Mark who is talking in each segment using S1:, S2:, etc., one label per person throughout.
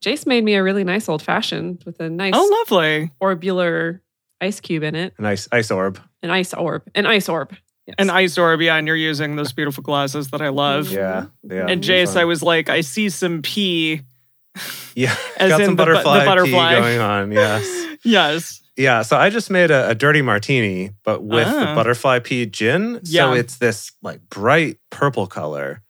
S1: Jace made me a really nice old fashioned with a nice
S2: Oh, lovely.
S1: orbular ice cube in it,
S3: A nice ice orb.
S1: an ice orb, an ice orb. Yes.
S2: An ice orb, yeah, and you're using those beautiful glasses that I love.
S3: Yeah, yeah.
S2: Mm-hmm. And
S3: it'll be
S2: Jace,
S3: fun.
S2: I was like, I see some pee.
S3: yeah,
S2: as
S3: got
S2: in
S3: some
S2: the bu- the
S3: butterfly, pea
S2: butterfly.
S3: going on. Yes.
S2: Yes.
S3: Yeah, so I just made a, a dirty martini, but with the
S2: Ah.
S3: butterfly pea gin.
S2: Yeah.
S3: So it's this like bright purple color.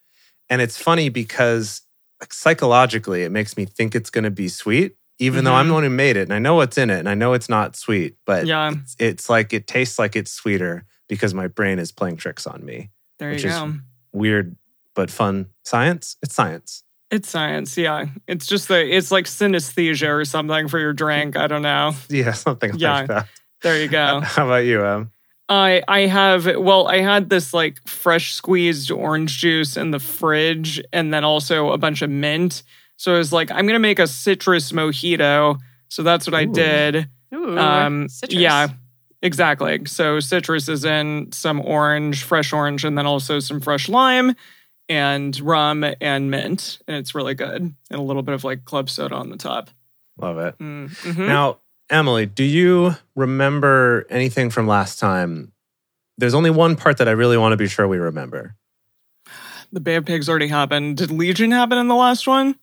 S3: And it's funny because like, psychologically, it makes me think it's going to be sweet, even though
S2: Mm-hmm.
S3: I'm the one who made it and I know what's in it and I know it's not sweet, but
S2: Yeah.
S3: it's, it's like it tastes like it's sweeter because my brain is playing tricks on me.
S2: There
S3: Which
S2: you
S3: is-
S2: go.
S3: Weird, but fun science. It's science.
S2: It's science, yeah. It's just the it's like synesthesia or something for your drink. I don't know.
S3: Yeah, something
S2: Yeah. Oh.
S3: like that.
S2: There you go.
S3: How about you, Em?
S2: I I have well, I had this like fresh squeezed orange juice in the fridge and then also a bunch of mint. So I was like, I'm gonna make a citrus mojito. So that's what I
S3: Ooh.
S2: did.
S1: Ooh,
S2: Um
S1: citrus.
S2: yeah. Exactly. So citrus is in some orange, fresh orange, and then also some fresh lime and rum and mint. And it's really good. And a little bit of like club soda on the top.
S3: Love it.
S2: Mm, mhm.
S3: Now, Emily, do you remember anything from last time? There's only one part that I really want to be sure we remember.
S2: The Bay of Pigs already happened. Did Legion happen in the last one?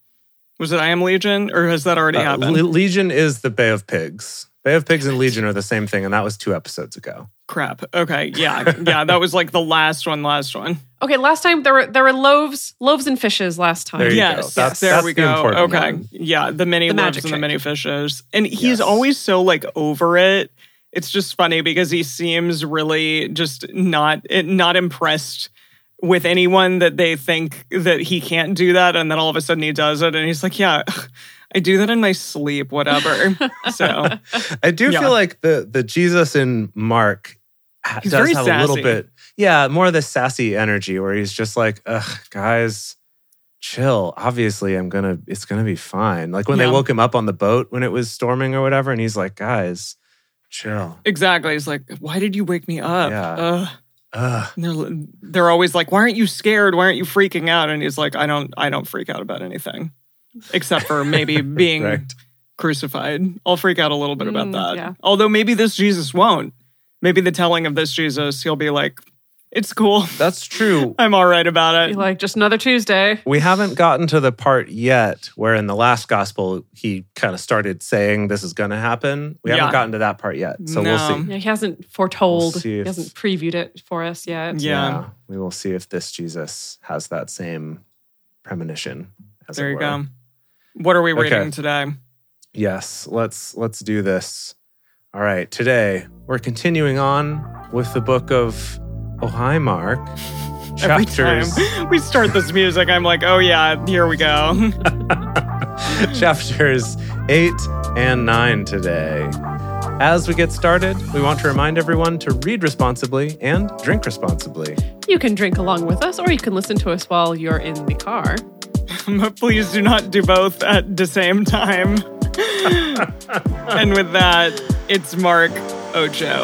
S2: Was it I Am Legion or has that already
S3: Uh,
S2: happened?
S3: Le- Legion is the Bay of Pigs. Bay of Pigs and Legion are the same thing, and that was two episodes ago.
S2: Crap. Okay. Yeah. Yeah. That was like the last one, last one.
S1: Okay, last time there were there were loaves, loaves and fishes last time.
S3: There you go.
S2: yes.
S3: That's-
S2: there
S3: that's
S2: we
S3: the
S2: go.
S3: important
S2: okay.
S3: one.
S2: Yeah. The mini
S1: The
S2: loaves
S1: magic
S2: and the
S1: trick.
S2: mini fishes. And he's
S3: Yes.
S2: always so like over it. It's just funny because he seems really just not not impressed with anyone that they think that he can't do that and then all of a sudden he does it and he's like, "Yeah, I do that in my sleep, whatever." so,
S3: I do
S2: Yeah.
S3: feel like the the Jesus in Mark ha-
S2: He's
S3: does
S2: very
S3: have a little
S2: sassy.
S3: bit, yeah, more of the sassy energy where he's just like, "Ugh, guys, chill. Obviously, I'm gonna, it's gonna be fine." Like when
S2: Yeah.
S3: they woke him up on the boat when it was storming or whatever, and he's like, "Guys, chill."
S2: exactly. He's like, "Why did you wake me up?"
S3: Yeah.
S2: Ugh.
S3: Ugh.
S2: And they're they're always like, "Why aren't you scared? Why aren't you freaking out?" And he's like, "I don't I don't freak out about anything, except for maybe being
S3: Right.
S2: crucified. I'll freak out a little bit about
S1: Mm,
S2: that.
S1: yeah.
S2: Although maybe this Jesus won't. Maybe the telling of this Jesus, he'll be like, "It's cool.
S3: That's true.
S2: I'm all right about
S1: Be
S2: it."
S1: like just another Tuesday.
S3: We haven't gotten to the part yet where in the last gospel he kind of started saying this is going to happen. We haven't
S2: Yeah.
S3: gotten to that part yet, so we'll
S2: No.
S3: see.
S1: Yeah, he hasn't foretold.
S3: We'll see
S1: he
S3: if-
S1: hasn't previewed it for us yet.
S2: Yeah.
S3: we will see if this Jesus has that same premonition. As
S2: there
S3: it
S2: you
S3: were.
S2: go. What are we
S3: Okay.
S2: reading today?
S3: Yes, let's let's do this. All right, today we're continuing on with the book of Ohio Mark,
S2: Every
S3: chapters
S2: time Um, we start this music, I'm like, "Oh yeah, here we go."
S3: chapters 8 and 9 today. As we get started, we want to remind everyone to read responsibly and drink responsibly.
S1: You can drink along with us, or you can listen to us while you're in the car.
S2: Please do not do both at the same time. and with that, it's Mark Ocho.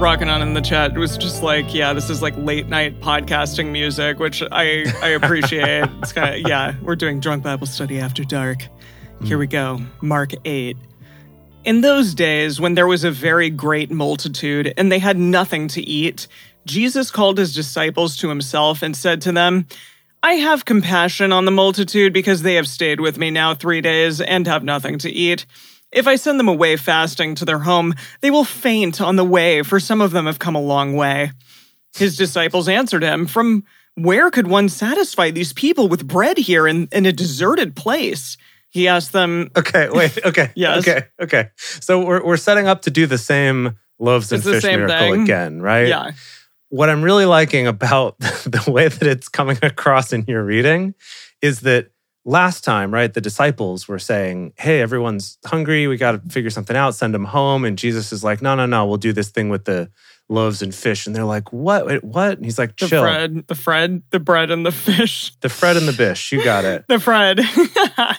S2: Rocking on in the chat was just like, yeah, this is like late night podcasting music, which I I appreciate. it's kind of yeah, we're doing drunk Bible study after dark. Here we go, Mark eight. In those days, when there was a very great multitude and they had nothing to eat, Jesus called his disciples to himself and said to them, I have compassion on the multitude because they have stayed with me now three days and have nothing to eat. If I send them away fasting to their home, they will faint on the way, for some of them have come a long way. His disciples answered him, From where could one satisfy these people with bread here in, in a deserted place? He asked them,
S3: Okay, wait. Okay.
S2: Yes.
S3: Okay. Okay. So we're we're setting up to do the same loaves and
S2: It's the
S3: fish
S2: same
S3: miracle
S2: thing.
S3: again, right?
S2: Yeah,
S3: What I'm really liking about the way that it's coming across in your reading is that last time, right, the disciples were saying, "Hey, everyone's hungry. We got to figure something out. Send them home." And Jesus is like, "No, no, no. We'll do this thing with the loaves and fish." And they're like, "What? Wait, what?" And he's like,
S2: the
S3: "Chill.
S2: bread, the bread, the bread and the fish,
S3: The Fred and the Bish. You got it."
S2: the bread.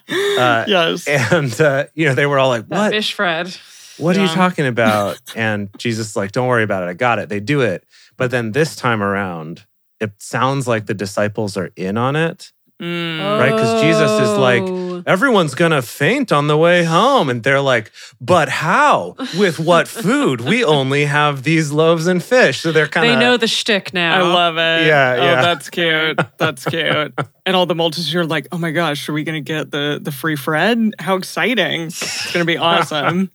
S2: yes.
S3: and uh, you know, they were all like,
S1: That
S3: "What?
S1: fish Fred.
S3: what are you
S2: Yeah.
S3: talking about? and Jesus is like, don't worry about it. I got it. They do it. But then this time around, it sounds like the disciples are in on it.
S2: Mm.
S3: Right, 'cause Jesus is like,
S1: Oh.
S3: everyone's gonna faint on the way home. And they're like, but how? With what food? We only have these loaves and fish. So they're "Oh, kind
S1: They
S3: of
S1: know the shtick now.
S2: I love it.
S3: Yeah,
S2: oh,
S3: yeah.
S2: that's cute. That's cute. and all the multitudes are like, oh my gosh, are we gonna get the the free Fred? How exciting! It's gonna be awesome.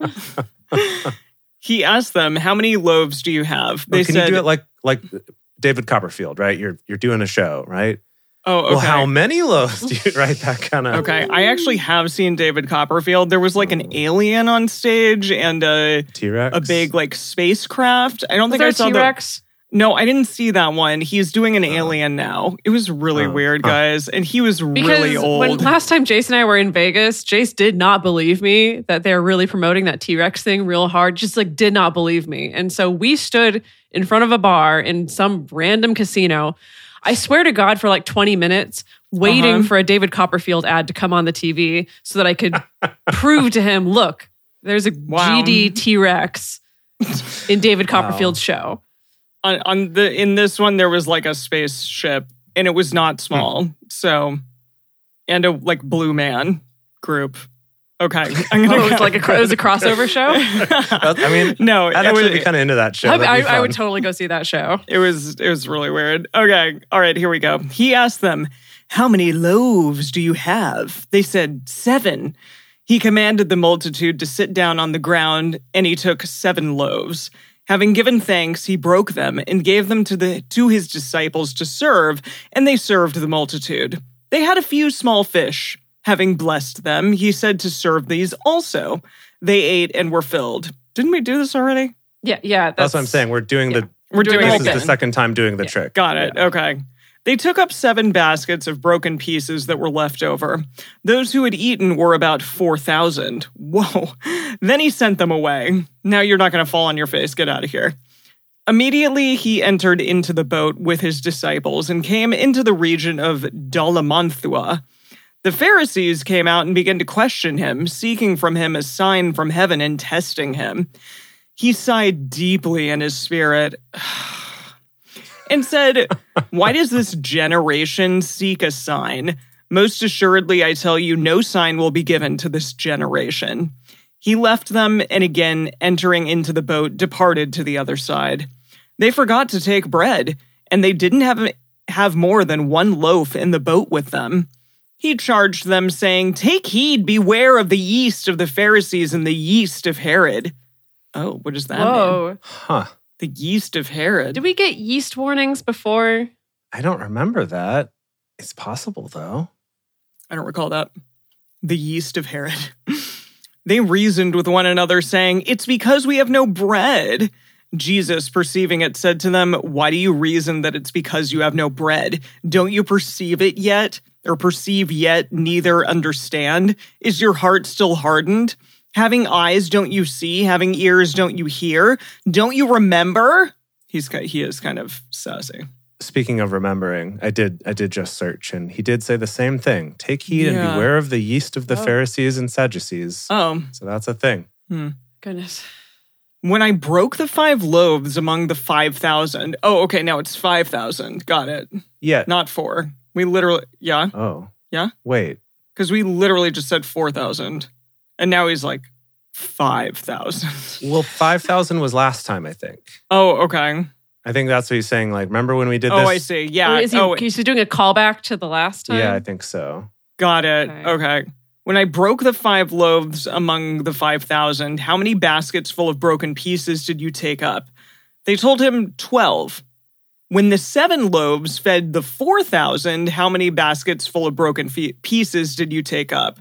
S2: he asked them, "How many loaves do you have?" They
S3: Oh, can
S2: said,
S3: you do it like like David Copperfield, right? You're you're doing a show, right?
S2: "Oh, okay."
S3: Well, how many loaves do you right? That kind of
S2: Okay, I actually have seen David Copperfield. There was like an alien on stage and a
S3: T Rex.
S2: a big like spacecraft. I don't
S1: Was
S2: think
S1: there
S2: I
S1: a
S2: saw
S1: T
S2: that.
S1: Rex?
S2: No, I didn't see that one. He's doing an alien now. It was really
S3: Oh.
S2: weird,
S3: Huh.
S2: guys, and he was
S1: Because
S2: really
S1: when
S2: old.
S1: last time Jace and I were in Vegas, Jace did not believe me that they're really promoting that T Rex thing real hard. Just like did not believe me, and so we stood in front of a bar in some random casino. I swear to God, for like twenty minutes, waiting
S2: Uh-huh.
S1: for a David Copperfield ad to come on the TV so that I could prove to him, look, there's a
S2: Wow.
S1: GD T Rex in David Copperfield's show.
S2: on, on the in this one, there was like a spaceship, and it was not small. So, and a like blue man group. Okay, I'm
S1: Oh,
S2: gonna
S1: it was like a, cro- it was a crossover show.
S3: That- I mean,
S2: no.
S3: I'd
S2: it
S3: actually
S2: was-
S3: be kind of into that show.
S1: I,
S3: That'd
S1: I,
S3: be
S1: I would
S3: fun.
S1: totally go see that show.
S2: It was it was really weird. Okay, all right, here we go. He asked them, "How many loaves do you have?" They said, seven. He commanded the multitude to sit down on the ground, and he took seven loaves. Having given thanks, he broke them and gave them to the to his disciples to serve, and they served the multitude. They had a few small fish. Having blessed them, he said to serve these also. They ate and were filled. Didn't we do this already?
S1: Yeah, yeah.
S3: That's what I'm saying. We're doing the.
S2: We're
S1: Doing
S2: doing,
S1: the
S2: it
S1: whole
S3: This is
S1: thing.
S3: the second time doing the trick.
S2: Got it. Okay. They took up seven baskets of broken pieces that were left over. Those who had eaten were about 4,000. Whoa. Then he sent them away. Now you're not going to fall on your face. Get out of here. Immediately, he entered into the boat with his disciples and came into the region of Dolomanthua. The Pharisees came out and began to question him, seeking from him a sign from heaven and testing him. He sighed deeply in his spirit and said, Why does this generation seek a sign? Most assuredly, I tell you, no sign will be given to this generation. He left them and again, entering into the boat, departed to the other side. They forgot to take bread, and they didn't have, have more than one loaf in the boat with them. He charged them, saying, Take heed, beware of the yeast of the Pharisees and the yeast of Herod. Oh, what does that mean?
S1: Whoa.
S3: Huh.
S2: The yeast of Herod.
S1: Did we get yeast warnings before?
S3: I don't remember that. It's possible though.
S2: I don't recall that. The yeast of Herod. they reasoned with one another, saying, It's because we have no bread. Jesus, perceiving it, said to them, Why do you reason that it's because you have no bread? Don't you perceive it yet? Or perceive yet, neither understand? Is your heart still hardened? Having eyes, don't you see? Having ears, don't you hear? Don't you remember? He's ki- he is kind of sassy.
S3: Speaking of remembering, I did I did just search and he did say the same thing. Take heed and
S2: Yeah.
S3: beware of the yeast of the
S1: Oh.
S3: Pharisees and Sadducees.
S2: Oh,
S3: So that's a thing.
S1: Goodness.
S2: When I broke the five loaves among the 5,000. Oh, okay. Now it's 5,000. Got it.
S3: Yeah.
S2: Not four. We literally, yeah.
S3: Oh.
S2: Yeah?
S3: Wait.
S2: Because we literally just said 4,000. And now he's like 5,000.
S3: Well, 5,000 was last time, I think.
S2: Oh, okay.
S3: I think that's what he's saying. Like, remember when we did
S2: Oh,
S3: this?
S2: I see. Yeah.
S1: Oh, is he,
S2: oh,
S1: he's doing a callback to the last time?
S3: Yeah, I think so.
S2: got it.
S1: Okay.
S2: Okay. When I broke the five loaves among the 5,000, how many baskets full of broken pieces did you take up? They told him 12. When the seven loaves fed the 4,000, how many baskets full of broken fe- pieces did you take up?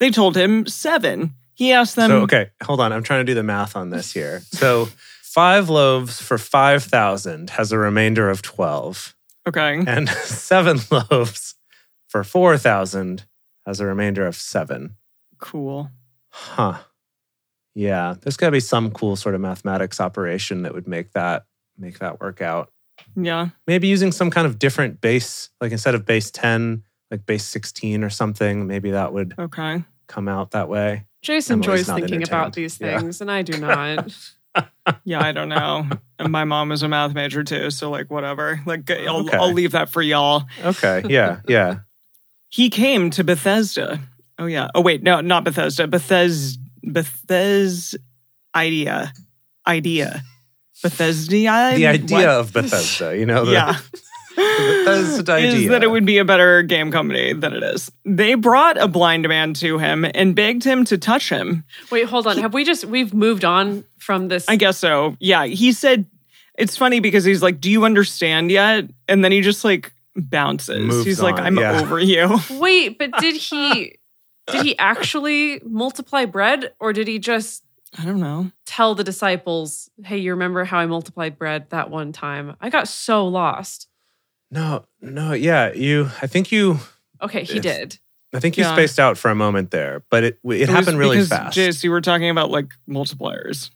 S2: They told him seven. He asked them,
S3: so, okay, hold on. I'm trying to do the math on this here. So, five loaves for 5,000 has a remainder of 12,
S2: okay.
S3: and seven loaves for 4,000 has a remainder of seven.
S2: cool.
S3: Huh. Yeah, there's got to be some cool sort of mathematics operation that would make that make that work out.
S2: Yeah.
S3: Maybe using some kind of different base, like instead of base 10, like base 16 or something, maybe that would
S2: Okay.
S3: come out that way.
S1: Jason
S3: Emily's
S1: enjoys
S3: not
S1: thinking about
S3: entertained.
S1: these
S3: Yeah.
S1: things, and I do not.
S2: Yeah, I don't know. and my mom was a math major too, so like whatever. Like I'll,
S3: Okay.
S2: I'll leave that for y'all.
S3: Okay. Yeah. Yeah.
S2: He came to Bethesda, Oh yeah. Oh wait, no, not Bethesda. Bethes Bethes idea idea Bethesda.
S3: The idea of Bethesda, you know, the,
S2: yeah.
S3: Bethesda
S2: Is
S3: idea.
S2: that it would be a better game company than it is. They brought a blind man to him and begged him to touch him.
S1: Wait, hold on. Have we just we've moved on from this?
S2: I guess so. Yeah. He said, it's funny because he's like, Do you understand yet? And then he just like bounces.
S3: Moves
S2: he's like,
S3: on,
S2: I'm
S3: yeah.
S2: over you.
S1: Wait, but did he did he actually multiply bread or did he just
S2: I don't know.
S1: tell the disciples, "Hey, you remember how I multiplied bread that one time? I got so lost."
S3: no, no, yeah. You, I think you,
S1: Okay, he
S3: Yes.
S1: did.
S3: I think you
S2: Yeah.
S3: spaced out for a moment there, but it it,
S2: was
S3: happened really
S2: because,
S3: fast.
S2: Jace, you were talking about like multipliers,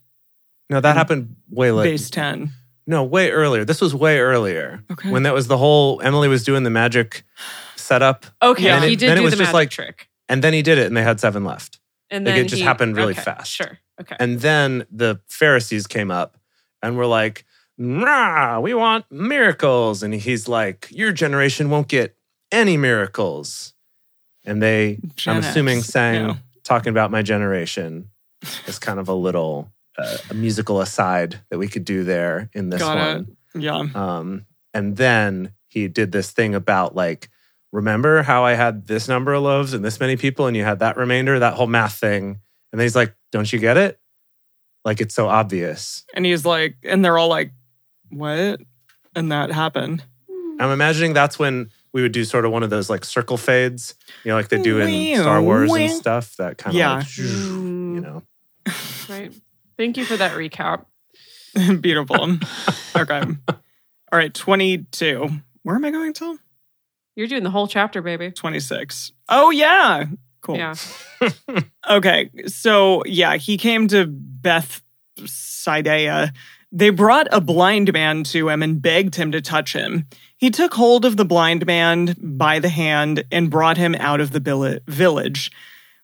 S3: no, that happened way later.
S2: base 10.
S3: No, way earlier. This was way earlier.
S2: Okay.
S3: When that was the whole Emily was doing the magic setup,
S1: Okay,
S2: Yeah.
S3: Then
S1: he
S3: it-
S1: did
S3: then it
S1: do
S3: was
S1: the
S3: just
S1: magic
S3: like-
S1: trick.
S3: and then he did it, and they had seven left.
S1: And
S3: like,
S1: then
S3: it just
S1: he-
S3: happened really
S1: okay,
S3: fast.
S1: Sure. Okay.
S3: And then the Pharisees came up and were like, nah, we want miracles. And he's like, your generation won't get any miracles. And they,
S2: Gen
S3: I'm
S2: X,
S3: assuming, sang,
S2: yeah.
S3: talking about my generation is kind of a little uh, a musical aside that we could do there in this
S2: Got it.
S3: one.
S2: Yeah.
S3: Um, and then he did this thing about like, remember how I had this number of loaves and this many people, and you had that remainder, that whole math thing. And then he's like, don't you get it? Like it's so obvious.
S2: And he's like, and they're all like, What? And that happened.
S3: I'm imagining that's when we would do sort of one of those like circle fades, you know, like they do in Star Wars and stuff. That kind of
S2: Yeah.
S3: like,
S1: Mm.
S3: you know.
S1: Right. Thank you for that recap.
S2: Beautiful. okay. All right. 22. Where am I going to?
S1: You're doing the whole chapter, baby.
S2: 26. Oh, yeah. Cool.
S1: Yeah.
S2: Okay. So, yeah, he came to Beth Sidea. They brought a blind man to him and begged him to touch him. He took hold of the blind man by the hand and brought him out of the billi- village.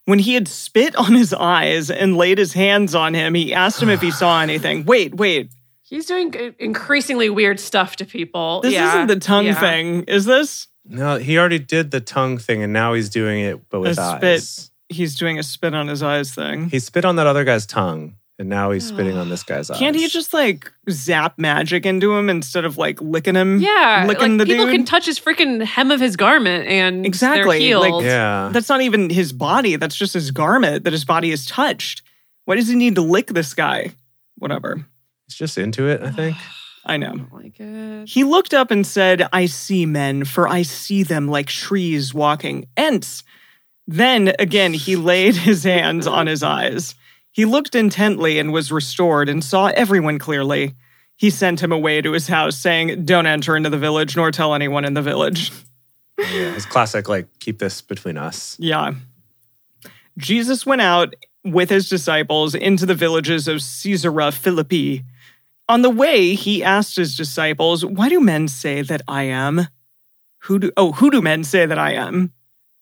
S2: When he had spit on his eyes and laid his hands on him, he asked him if he saw anything. Wait, wait.
S1: He's doing i- increasingly weird stuff to people.
S2: This
S1: Yeah.
S2: isn't the tongue
S1: Yeah.
S2: thing, is this?
S3: No, he already did the tongue thing and now he's doing it but with
S2: A spit.
S3: eyes.
S2: He's doing a spit on his eyes thing.
S3: He spit on that other guy's tongue and now he's spitting on this guy's eyes.
S2: Can't he just like zap magic into him instead of like licking him?
S1: Yeah,
S2: licking
S1: like
S2: the
S1: people
S2: dude.
S1: can touch his freaking hem of his garment and
S2: Exactly,
S1: They're healed.
S2: like-
S3: Yeah.
S2: that's not even his body. That's just his garment that his body is touched. Why does he need to lick this guy? Whatever.
S3: He's just into it, I think.
S2: I
S1: I
S2: know.
S1: don't like it.
S2: He looked up and said, I see men, for I see them like trees walking. Ents. Then again, he laid his hands on his eyes. He looked intently and was restored and saw everyone clearly. He sent him away to his house, saying, Don't enter into the village nor tell anyone in the village.
S3: Yeah, his classic, like, keep this between us.
S2: Yeah. Jesus went out with his disciples into the villages of Caesarea Philippi. On the way, he asked his disciples, Why do men say that I am? Who do, oh, who do men say that I am?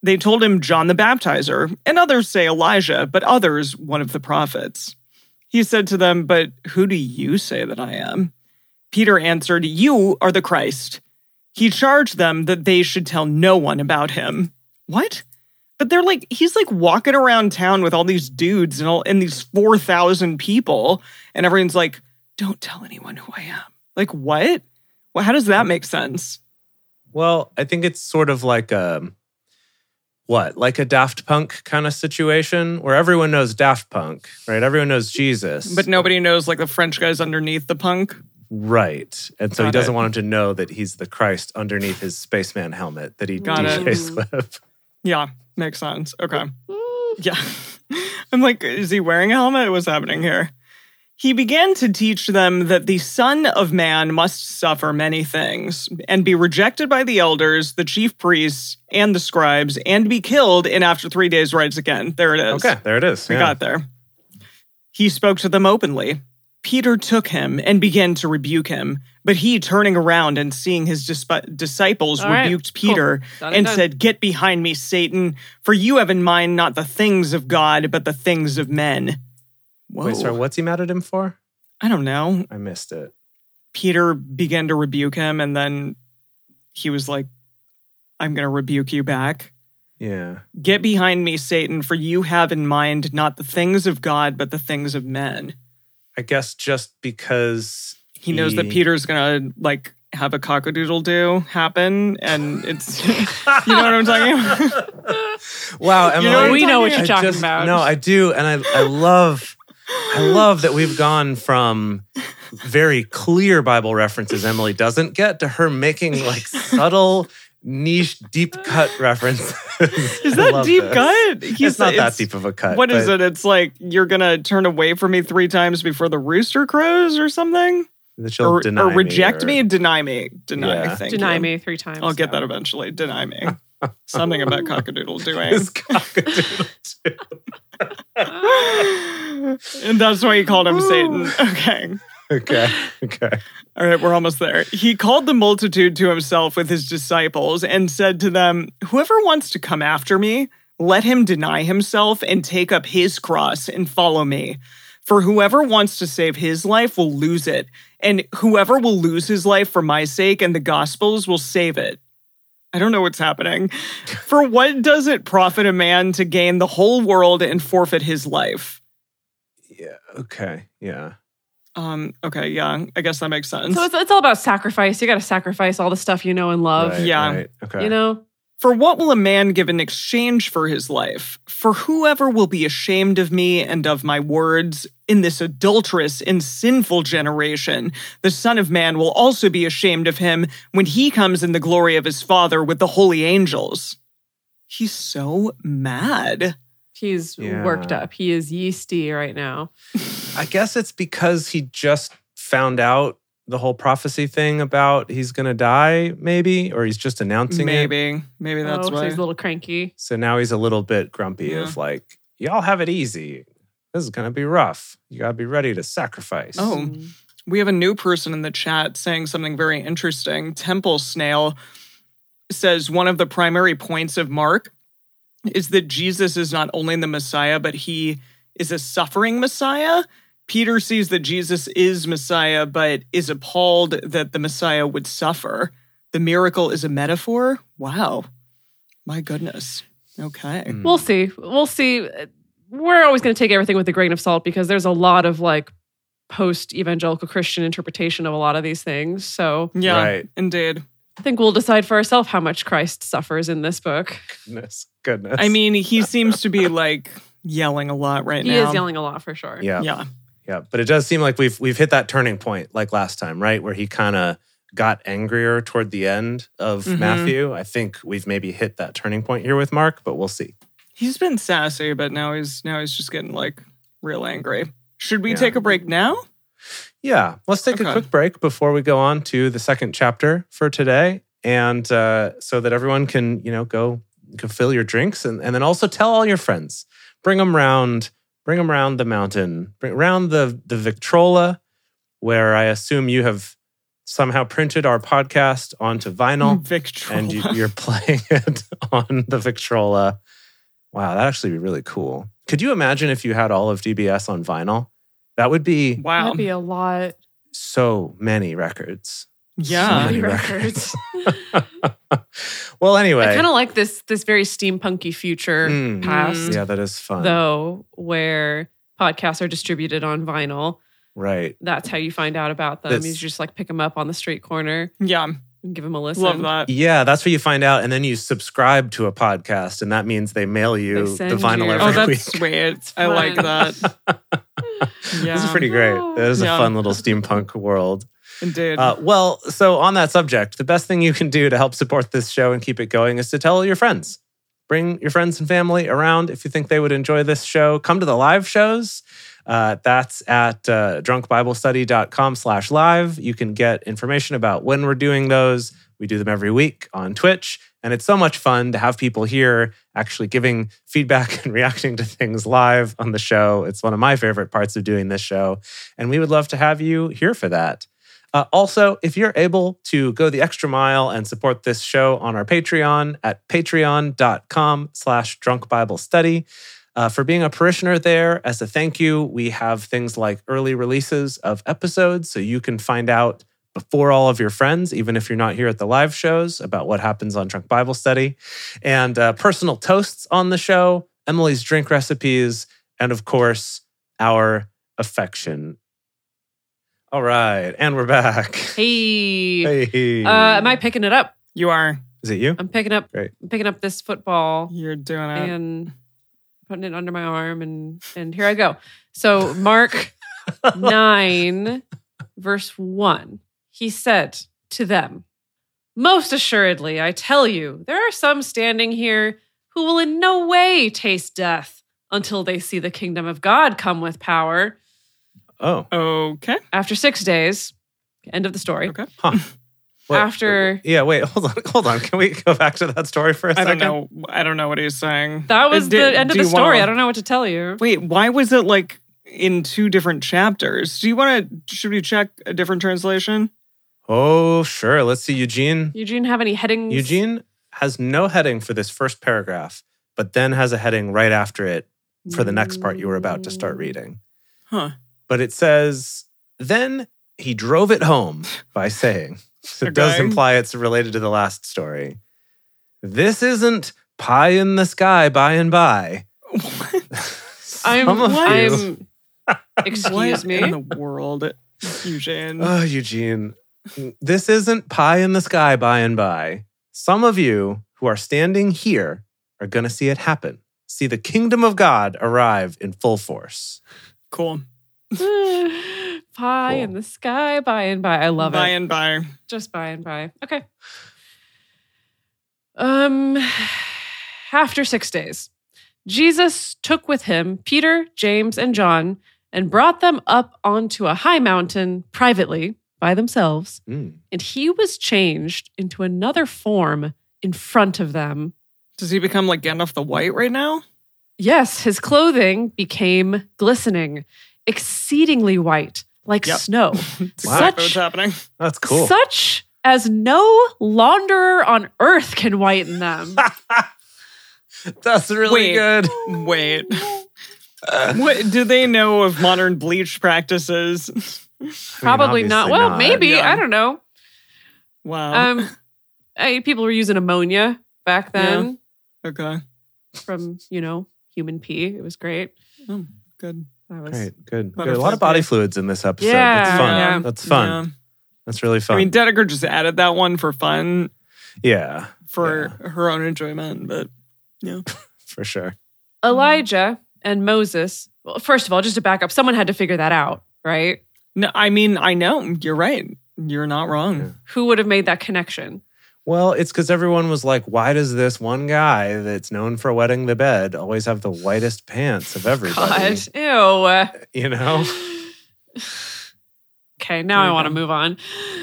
S2: They told him John the Baptizer, and others say Elijah, but others one of the prophets. He said to them, But who do you say that I am? Peter answered, You are the Christ. He charged them that they should tell no one about him. What? But they're like, he's like walking around town with all these dudes and all and these four thousand people, and everyone's like, "Don't tell anyone who I am." Like, what? Well, how does that make sense?
S3: Well, I think it's sort of like a what, like a Daft Punk kind of situation where everyone knows Daft Punk, right? Everyone knows Jesus,
S2: But nobody knows like the French guys underneath the punk.
S3: right? And so he
S2: Got
S3: doesn't
S2: it.
S3: want him to know that he's the Christ underneath his spaceman helmet that he
S1: Got
S2: it.
S3: DJs with.
S2: Yeah, makes sense. Okay. Yeah. I'm like, is he wearing a helmet? What's happening here? He began to teach them that the Son of Man must suffer many things and be rejected by the elders, the chief priests, and the scribes, and be killed, and after three days rise again. There it is.
S3: Okay, there it is.
S2: We
S3: Yeah.
S2: got there. He spoke to them openly. Peter took him and began to rebuke him, but he, turning around and seeing his disp- disciples,
S1: All right,
S2: rebuked
S1: cool.
S2: Peter
S1: Done and
S2: and
S1: done.
S2: said, Get behind me, Satan, for you have in mind not the things of God, but the things of men. Whoa.
S3: Wait, sorry, what's he mad at him for?
S2: I don't know.
S3: I missed it.
S2: Peter began to rebuke him, and then he was like, I'm going to rebuke you back.
S3: Yeah.
S2: Get behind me, Satan, for you have in mind not the things of God, but the things of men.
S3: I guess just because
S2: He knows that
S3: He-
S2: Peter's gonna like have a cockadoodle do happen, and it's you know what I'm talking about.
S3: Wow, Emily,
S2: You know what I'm
S1: we know what you're
S3: I
S1: talking
S3: just-
S1: about.
S3: No, I do, and I I love I love that we've gone from very clear Bible references Emily doesn't get to her making like subtle niche deep cut references.
S2: Is
S3: I
S2: that
S3: love
S2: deep
S3: this.
S2: cut? He's
S3: it's not that deep of a cut.
S2: What is
S3: but
S2: it? It's like you're gonna turn away from me three times before the rooster crows, or something,
S3: That she'll
S2: or,
S3: deny
S2: or reject
S3: or-
S2: me, deny me, deny.
S3: Yeah.
S2: thank
S1: Deny
S2: you.
S1: me three times.
S2: I'll get that eventually. Deny me. Something about cockadoodle doing.
S3: This cockadoodle too.
S2: and that's why he called him Satan. Okay.
S3: okay. Okay.
S2: All right, we're almost there. He called the multitude to himself with his disciples and said to them, Whoever wants to come after me, let him deny himself and take up his cross and follow me. For whoever wants to save his life will lose it, and whoever will lose his life for my sake and the gospel's will save it. I don't know what's happening. For what does it profit a man to gain the whole world and forfeit his life?
S3: Yeah. Okay. Yeah.
S2: Um, okay, yeah, I guess that makes sense.
S1: So it's, it's all about sacrifice. You got to sacrifice all the stuff you know and love.
S3: Right,
S2: yeah.
S3: right. Okay.
S1: You know,
S2: For what will a man give in exchange for his life? For whoever will be ashamed of me and of my words in this adulterous and sinful generation, the Son of Man will also be ashamed of him when he comes in the glory of his Father with the holy angels. He's so mad.
S1: he's
S3: Yeah.
S1: worked up. He is yeasty right now.
S3: I guess it's because he just found out the whole prophecy thing about he's going to die, maybe, or he's just announcing it.
S2: Maybe. Maybe that's
S1: oh, so
S2: why.
S1: he's a little cranky.
S3: So now he's a little bit grumpy of like, y'all have it easy. This is going to be rough. You got to be ready to sacrifice.
S2: Oh.
S1: Mm-hmm.
S2: We have a new person in the chat saying something very interesting. Temple Snail says one of the primary points of Mark is that Jesus is not only the Messiah, but he is a suffering Messiah. Peter sees that Jesus is Messiah, but is appalled that the Messiah would suffer. The miracle is a metaphor. Wow. My goodness. Okay.
S3: Mm.
S1: We'll see. We'll see. We're always going to take everything with a grain of salt because there's a lot of like post evangelical Christian interpretation of a lot of these things. So
S2: Yeah,
S3: Right.
S2: indeed.
S1: I think we'll decide for ourselves how much Christ suffers in this book.
S3: Goodness. Goodness.
S2: I mean, he seems to be like yelling a lot right
S1: he
S2: now.
S1: is yelling a lot for sure.
S3: yeah.
S2: Yeah.
S3: Yeah, but it does seem like we've we've hit that turning point like last time, right? Where he kind of got angrier toward the end of
S2: Mhm.
S3: Matthew. I think we've maybe hit that turning point here with Mark, but we'll see.
S2: He's been sassy, but now he's now he's just getting like real angry. Should we
S3: Yeah.
S2: take a break now?
S3: Yeah, let's take a
S2: Okay.
S3: quick break before we go on to the second chapter for today, and uh, so that everyone can you know go go fill your drinks and, and then also tell all your friends, bring them round, bring them round the mountain, bring round the the Victrola, where I assume you have somehow printed our podcast onto vinyl.
S2: Victrola.
S3: and you, you're playing it on the Victrola. Wow, that'd actually be really cool. Could you imagine if you had all of DBS on vinyl? That would be
S2: wow.
S1: That'd be a lot.
S3: so many records.
S2: yeah.
S3: So many
S1: Many
S3: records. well, anyway.
S1: I kind of like this this very steampunky future
S3: Mm.
S1: past
S3: yeah, that is fun.
S1: though, where podcasts are distributed on vinyl.
S3: Right.
S1: That's how you find out about them.
S3: That's-
S1: you just like pick them up on the street corner
S2: Yeah.
S1: and give them a listen.
S2: Love that.
S3: Yeah, that's where you find out. And then you subscribe to a podcast, and that means they mail you
S1: They
S3: the
S1: send
S3: vinyl
S1: you-
S3: every
S2: Oh, that's
S3: week.
S2: sweet. I like
S1: fun.
S2: that. yeah.
S3: This is pretty great. That is
S2: Yeah.
S3: a fun little steampunk world.
S2: Indeed.
S3: Uh, well, so on that subject, the best thing you can do to help support this show and keep it going is to tell your friends. Bring your friends and family around if you think they would enjoy this show. Come to the live shows. Uh, that's at uh, drunkbiblestudy.com slash live. You can get information about when we're doing those. We do them every week on Twitch. And it's so much fun to have people here actually giving feedback and reacting to things live on the show. It's one of my favorite parts of doing this show. And we would love to have you here for that. Uh, also, if you're able to go the extra mile and support this show on our Patreon at patreon.com slash drunk Bible study. Uh, for being a parishioner there, as a thank you, we have things like early releases of episodes so you can find out before all of your friends, even if you're not here at the live shows, about what happens on Drunk Bible Study, and uh, personal toasts on the show, Emily's drink recipes, and of course, our affection. All right, and we're back.
S1: Hey.
S3: Hey.
S1: Uh, am I picking it up?
S2: You are.
S3: Is it you?
S1: I'm picking up.
S3: Great.
S1: I'm picking up this football.
S2: You're doing it.
S1: and putting it under my arm and and here I go. So Mark 9 verse 1. He said to them, "Most assuredly, I tell you, there are some standing here who will in no way taste death until they see the kingdom of God come with power."
S3: Oh,
S2: Okay.
S1: After 6 days, end of the story.
S2: Okay.
S3: huh. What-
S1: After
S3: Yeah, wait, hold on, hold on. Can we go back to that story for a
S2: I
S3: second?
S2: don't know. I don't know what he's saying. Uh,
S1: that was
S2: Did-
S1: the end of
S2: do
S1: the
S2: you wanna-
S1: story. I don't know what to tell you.
S2: Wait, why was it like in two different chapters? Do you want to? Should we check a different translation?
S3: Oh, sure. Let's see, Eugene.
S1: Eugene have any headings?
S3: Eugene has no heading for this first paragraph, but then has a heading right after it for the next part you were about to start reading.
S2: Huh.
S3: But it says, then he drove it home by saying, so it does
S2: Okay.
S3: imply it's related to the last story. This isn't pie in the sky by and by.
S1: I'm,
S3: Some of you-
S1: I'm
S2: What
S1: excuse
S2: in
S1: me.
S2: the world, Eugene?
S3: Oh, Eugene, this isn't pie in the sky by and by. Some of you who are standing here are going to see it happen. See the kingdom of God arrive in full force.
S2: cool.
S1: pie in
S3: Cool.
S1: the sky by and by. I love
S2: by
S1: it.
S2: and by.
S1: Just by and by. Okay. Um after 6 days, Jesus took with him Peter, James, and John and brought them up onto a high mountain privately by themselves,
S3: Mm.
S1: and he was changed into another form in front of them.
S2: Does he become like Gandalf the White right now?
S1: Yes, his clothing became glistening, exceedingly white, like
S2: Yep.
S1: snow.
S2: Exactly what's
S1: Such,
S2: happening?
S3: That's cool.
S1: such as no launderer on earth can whiten them.
S3: That's really
S2: Wait.
S3: good.
S2: Wait. what do they know of modern bleach practices?
S1: Probably not.
S3: obviously
S1: Well,
S3: not.
S1: maybe.
S2: Yeah.
S1: I don't know.
S2: Wow.
S1: Um, I, people were using ammonia back then
S2: okay.
S1: from, you know, human pee. It was great.
S2: Oh, good.
S1: That was
S3: Great, good.
S2: Lot
S3: good. A
S2: of
S3: lot of
S2: fun.
S3: body fluids in this episode.
S1: Yeah.
S3: That's fun.
S1: Yeah.
S3: That's fun.
S2: Yeah.
S3: That's really
S2: I
S3: fun.
S2: mean, Dedeker just added that one for fun,
S3: yeah,
S2: for her own enjoyment, but
S3: for sure.
S2: Mm-hmm.
S1: Elijah and Moses. Well, first of all, just to back up, someone had to figure that out, right?
S2: no, I mean, I know. You're right. You're not wrong.
S3: Yeah.
S1: Who would have made that connection?
S3: Well, it's because everyone was like, why does this one guy that's known for wetting the bed always have the whitest pants of everybody?
S1: God, ew.
S3: You know?
S1: Okay, now I
S2: we
S1: want to
S2: go.
S1: move on.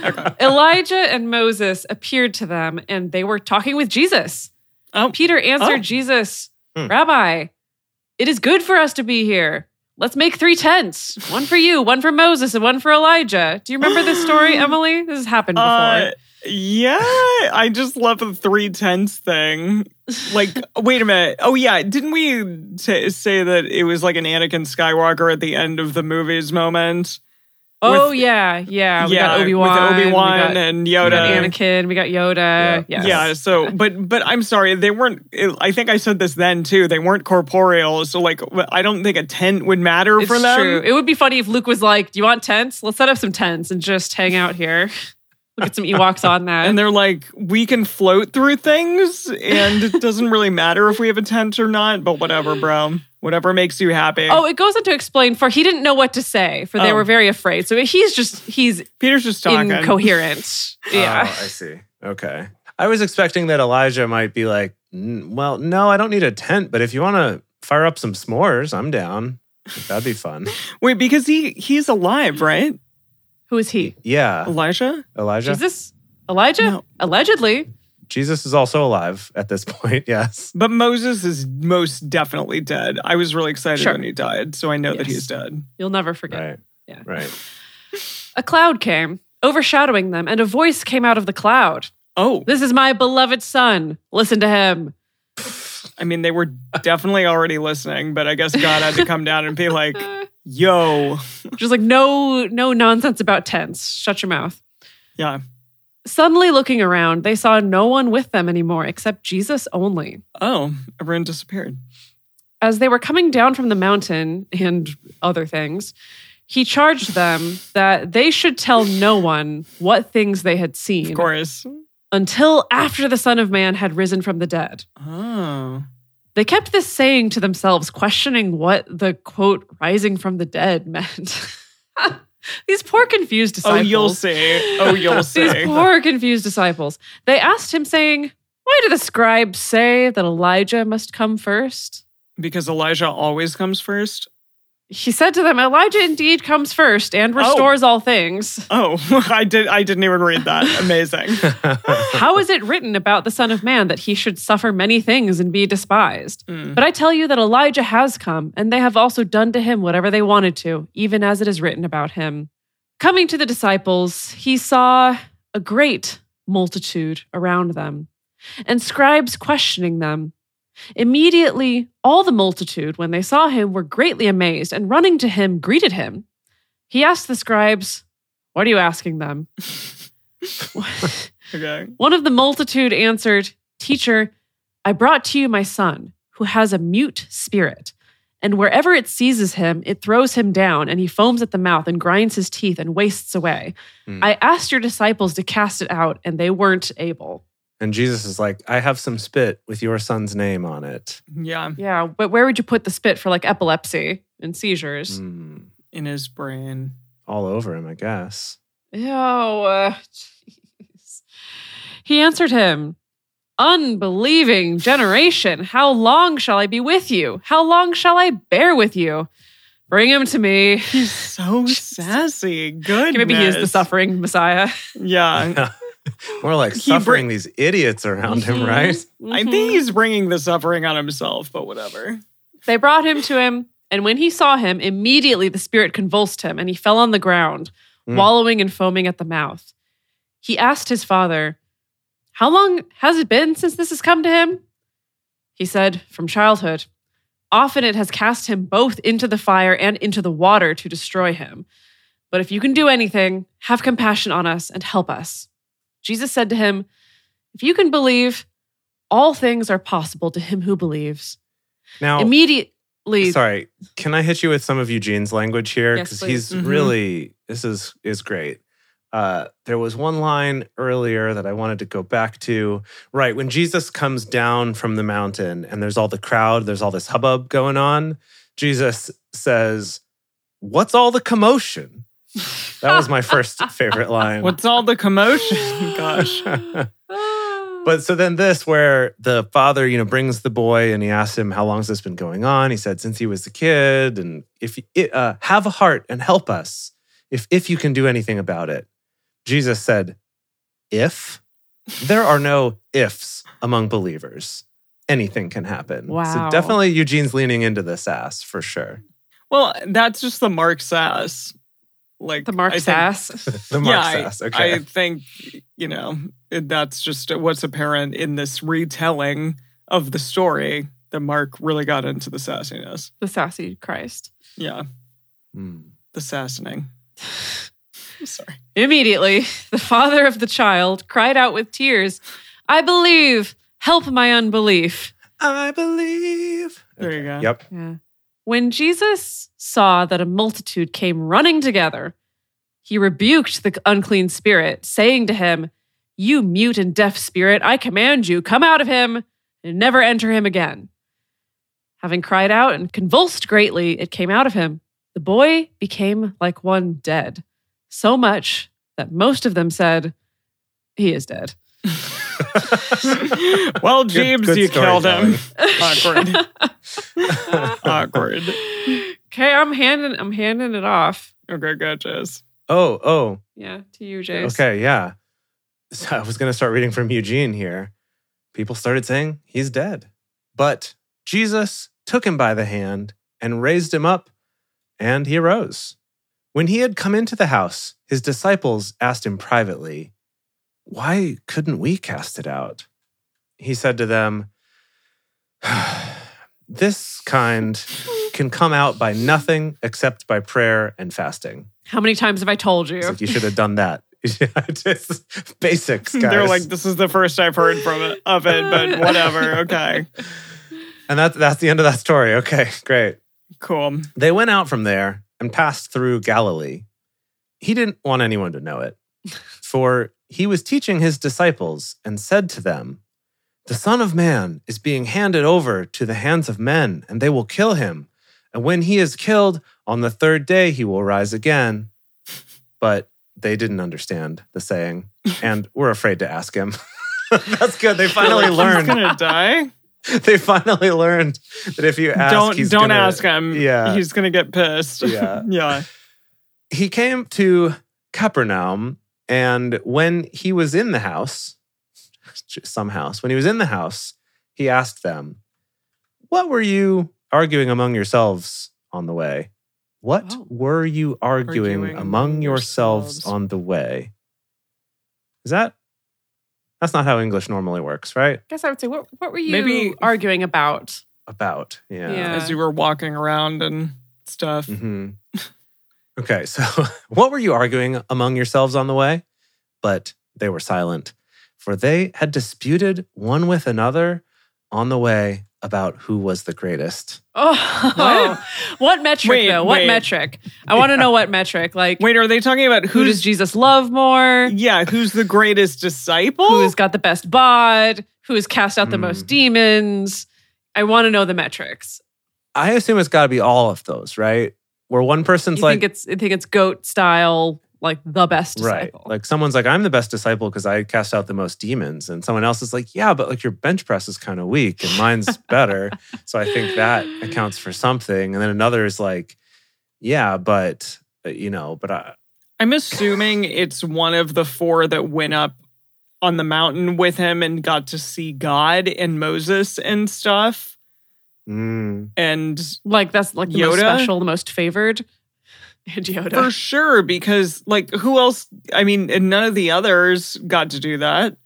S2: Okay.
S1: Elijah and Moses appeared to them and they were talking with Jesus.
S2: Oh.
S1: Peter answered
S2: Oh.
S1: Jesus,
S3: Hmm.
S1: Rabbi, it is good for us to be here. Let's make three tents one for you, one for Moses, and one for Elijah. Do you remember this story, Emily? This has happened before.
S2: Uh, yeah, I just love the three tenths thing. Like, wait a minute. Oh yeah, didn't we t- say that it was like an Anakin Skywalker at the end of the movies moment?
S1: oh,
S2: with-
S1: yeah, yeah. We got
S2: with
S1: Obi Wan.
S2: Obi Wan,
S1: We
S2: and
S1: got, we
S2: Yoda.
S1: got Anakin. We got Yoda.
S3: Yeah.
S1: Yes.
S2: Yeah. So, but but I'm sorry, they weren't. I think I said this then too. They weren't corporeal, so like I don't think a tent would matter
S1: It's
S2: for them.
S1: true. It would be funny if Luke was like, "Do you want tents? Let's set up some tents and just hang out here. We'll get some Ewoks on that."
S2: And they're like, we can float through things, and it doesn't really matter if we have a tent or not. But whatever, bro. Whatever makes you happy.
S1: oh, it goes on to explain for he didn't know what to say, for they
S2: Oh.
S1: were very afraid. So he's just he's
S2: Peter's just talking.
S1: incoherent. yeah.
S3: Oh, I see. Okay. I was expecting that Elijah might be like, "N- well, no, I don't need a tent, but if you want to fire up some s'mores, I'm down. That'd be fun.
S2: Wait, because he he's alive, right?
S1: Who is he?
S3: Yeah.
S2: Elijah.
S3: Elijah? Jesus?
S1: Jesus? Elijah?
S2: No.
S1: Allegedly.
S3: is also alive at this point. Yes.
S2: But Moses is most definitely dead. I was really excited
S1: Sure.
S2: when he died, so I know that
S1: Yes.
S2: he's dead.
S1: You'll never forget.
S3: Right.
S1: Yeah.
S3: Right.
S1: A cloud came, overshadowing them, and a voice came out of the cloud.
S2: Oh,
S1: This is my beloved son. Listen to him.
S2: I mean, they were definitely already listening, but I guess God had to come down and be like, "Yo,
S1: Just like no no nonsense about tents. Shut your mouth.
S2: Yeah.
S1: Suddenly looking around, they saw no one with them anymore except Jesus only.
S2: Oh, everyone disappeared.
S1: As they were coming down from the mountain and other things, he charged them that they should tell no one what things they had
S2: Of
S1: seen
S2: course.
S1: until after the Son of Man had risen from the dead.
S2: Oh.
S1: They kept this saying to themselves, questioning what the quote rising from the dead meant. These poor confused
S2: Oh,
S1: disciples.
S2: you'll see. Oh, you'll
S1: These
S2: see.
S1: poor confused disciples. They asked him, saying, Why do the scribes say that Elijah must come first?
S2: Because Elijah always comes first.
S1: He said to them, Elijah indeed comes first and restores all things.
S2: Oh, I did. I didn't even read that. Amazing.
S1: How is it written about the Son of Man that he should suffer many things and be despised?
S2: Mm.
S1: But I tell you that Elijah has come, and they have also done to him whatever they wanted to, even as it is written about him. Coming to the disciples, he saw a great multitude around them, and scribes questioning them. Immediately, all the multitude, when they saw him, were greatly amazed, and running to him, greeted him. He asked the scribes, What are you asking them?
S2: Okay.
S1: One of the multitude answered, Teacher, I brought to you my son, who has a mute spirit. And wherever it seizes him, it throws him down, and he foams at the mouth and grinds his teeth and wastes away.
S3: Hmm.
S1: I asked your disciples to cast it out, and they weren't able.
S3: And Jesus is like, I have some spit with your son's name on it.
S2: Yeah.
S1: Yeah, but where would you put the spit for like epilepsy and seizures?
S3: Mm,
S2: In his brain.
S3: all over him, I guess.
S1: Ew. uh, jeez. He answered him, Unbelieving generation, how long shall I be with you? How long shall I bear with you? Bring him to me.
S2: So sassy. Good.
S1: Maybe he is the suffering Messiah.
S2: Yeah.
S3: More like
S2: He
S3: suffering these idiots around him, right?
S2: Mm-hmm. I
S1: Mm-hmm.
S2: think he's bringing the suffering on himself, but whatever.
S1: They brought him to him, and when he saw him, immediately the spirit convulsed him, and he fell on the ground,
S3: Mm.
S1: wallowing and foaming at the mouth. He asked his father, How long has it been since this has come to him? He said, From childhood. Often it has cast him both into the fire and into the water to destroy him. But if you can do anything, have compassion on us and help us. Jesus said to him, If you can believe, all things are possible to him who believes
S3: Now,
S1: immediately.
S3: Oh. sorry, can I hit you with some of Eugene's language here?
S1: Yes,
S3: Because
S1: please. Mm-hmm.
S3: he's
S2: Mhm.
S3: really, this is, is great. Uh, there was one line earlier that I wanted to go back to. Right. When Jesus comes down from the mountain and there's all the crowd, there's all this hubbub going on, Jesus says, What's all the commotion? That was my first favorite line.
S2: What's all the commotion? Gosh.
S1: Ah.
S3: But so then this where the father, you know, brings the boy and he asks him how long's this been going on. He said since he was a kid and if you it, uh, have a heart and help us if if you can do anything about it. Jesus said, "If there are no ifs among believers, anything can happen."
S1: Wow.
S3: So definitely Eugene's leaning into this ass for sure.
S2: Well, that's just the Mark Sass. Like
S1: the Mark's
S2: I think-
S1: ass.
S3: The Mark's
S2: I-
S3: ass. Okay.
S2: I think, you know, it- that's just what's apparent in this retelling of the story that Mark really got into the sassiness.
S1: the sassy Christ.
S2: Yeah,
S3: Hmm.
S2: the sassening. I'm sorry.
S1: Immediately, the father of the child cried out with tears, I believe, help my unbelief.
S3: I believe.
S2: There you go.
S3: Yep.
S1: Yeah. When Jesus saw that a multitude came running together, he rebuked the unclean spirit, saying to him, You mute and deaf spirit, I command you, come out of him and never enter him again. Having cried out and convulsed greatly, it came out of him. The boy became like one dead, so much that most of them said, He is dead.
S2: well,
S3: Good-
S2: Jeebs,
S3: good
S2: you killed him.
S3: storytelling.
S2: Awkward. Awkward.
S1: Okay, I'm handing I'm handing it off.
S2: Okay, gotchas.
S3: Oh, oh.
S1: Yeah, to you, Jace.
S3: Okay, yeah. So I was going to start reading from Eugene here. People started saying he's dead. But Jesus took him by the hand and raised him up, and he arose. When he had come into the house, his disciples asked him privately, Why couldn't we cast it out? He said to them, This kind can come out by nothing except by prayer and fasting.
S1: How many times have I told you?
S3: It's like, you should have done that Yeah, just basics, guys.
S2: They're like, this is the first I've heard from it, of it, but whatever. Okay,
S3: and that's that's the end of that story. Okay, great.
S2: cool.
S3: They went out from there and passed through Galilee. He didn't want anyone to know it, for he was teaching his disciples and said to them, The Son of Man is being handed over to the hands of men, and they will kill him. And when he is killed, on the third day he will rise again. But they didn't understand the saying and were afraid to ask him. That's good. They finally
S2: He's
S3: learned.
S2: gonna die.
S3: They finally learned that if you ask,
S2: don't
S3: he's
S2: don't
S3: gonna-
S2: ask him.
S3: Yeah.
S2: he's gonna get pissed.
S3: Yeah.
S2: yeah.
S3: he came to Capernaum, and when he was in the house, some house, when he was in the house, he asked them, What were you arguing among yourselves on the way? What
S1: Oh.
S3: were you arguing,
S2: Arguing
S3: among
S2: among
S3: yourselves,
S2: yourselves.
S3: on the way? Is that that's not how English normally works, right?
S1: guess I would say, what, what were you
S2: Maybe-
S1: arguing about?
S3: About. Yeah.
S1: Yeah.
S2: As you were walking around and stuff.
S3: hmm Okay, so what were you arguing among yourselves on the way? But they were silent, for they had disputed one with another on the way about who was the greatest.
S1: Oh, what, metric
S2: Wait,
S1: though? What
S2: wait.
S1: metric? I want to know what metric. Like,
S2: Wait, are they talking about
S1: who does
S2: who's
S1: Jesus love more?
S2: yeah, who's the greatest disciple?
S1: Who's got the best bod? Who has cast out the
S3: Hmm.
S1: most demons? I want to know the metrics.
S3: I assume it's got to be all of those, right? Where one person's
S1: you
S3: like,
S1: think it's I think it's goat style, like the best
S3: right,
S1: disciple.
S3: like someone's like, I'm the best disciple because I cast out the most demons, and someone else is like, Yeah, but like your bench press is kind of weak and mine's better, so I think that accounts for something. And then another is like, Yeah, but uh, you know, but I,
S2: I'm assuming it's one of the four that went up on the mountain with him and got to see God and Moses and stuff.
S3: Mm.
S2: And
S1: Like that's like the most
S2: Yoda?
S1: special, the most favored. And Yoda.
S2: for sure, because like who else? I mean, and none of the others got to do that.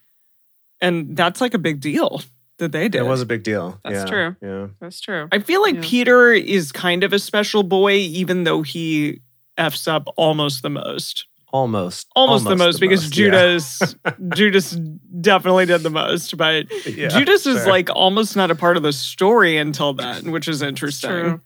S2: And that's like a big deal that they did.
S3: It was a big deal.
S1: That's
S3: Yeah,
S1: true.
S3: Yeah.
S1: That's true.
S2: I feel like
S1: Yeah.
S2: Peter is kind of a special boy, even though he f's up almost the most.
S3: Almost.
S2: Almost, the most because
S3: yeah.
S2: Judas Judas definitely did the most, but
S3: Yeah,
S2: Judas is
S3: fair.
S2: like almost not a part of the story until then, which is interesting.
S1: true.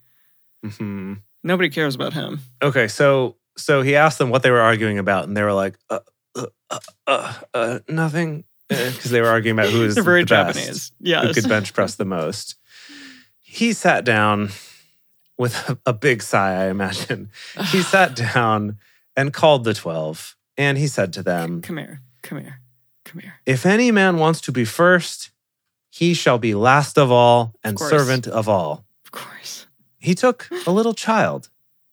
S3: Mhm.
S2: Nobody cares about him.
S3: Okay, so so he asked them what they were arguing about, and they were like, uh, uh, uh, uh, uh, nothing, because they were arguing about who is
S2: They're very
S3: the best,
S2: Japanese.
S3: who
S2: Yes.
S3: could bench press the most. He sat down with a, a big sigh, I imagine. He sat down and called the twelve, and he said to them,
S2: Come here. Come here. Come here.
S3: If any man wants to be first, he shall be last of all and
S2: course.
S3: servant of all.
S2: Of course.
S3: He took a little child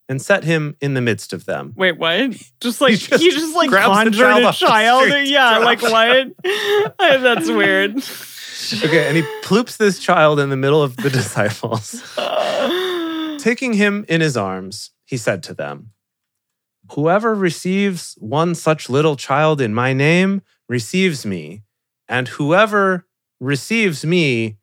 S3: and set him in the midst of them.
S2: Wait, what? Just like he
S3: just
S2: just, like
S3: grabs the
S2: conjured
S3: child
S2: a
S3: off the
S2: child.
S3: street.
S2: Yeah, like what? That's weird.
S3: Okay, and he ploops this child in the middle of the disciples. Taking him in his arms, he said to them, Whoever receives one such little child in my name receives me, and whoever receives me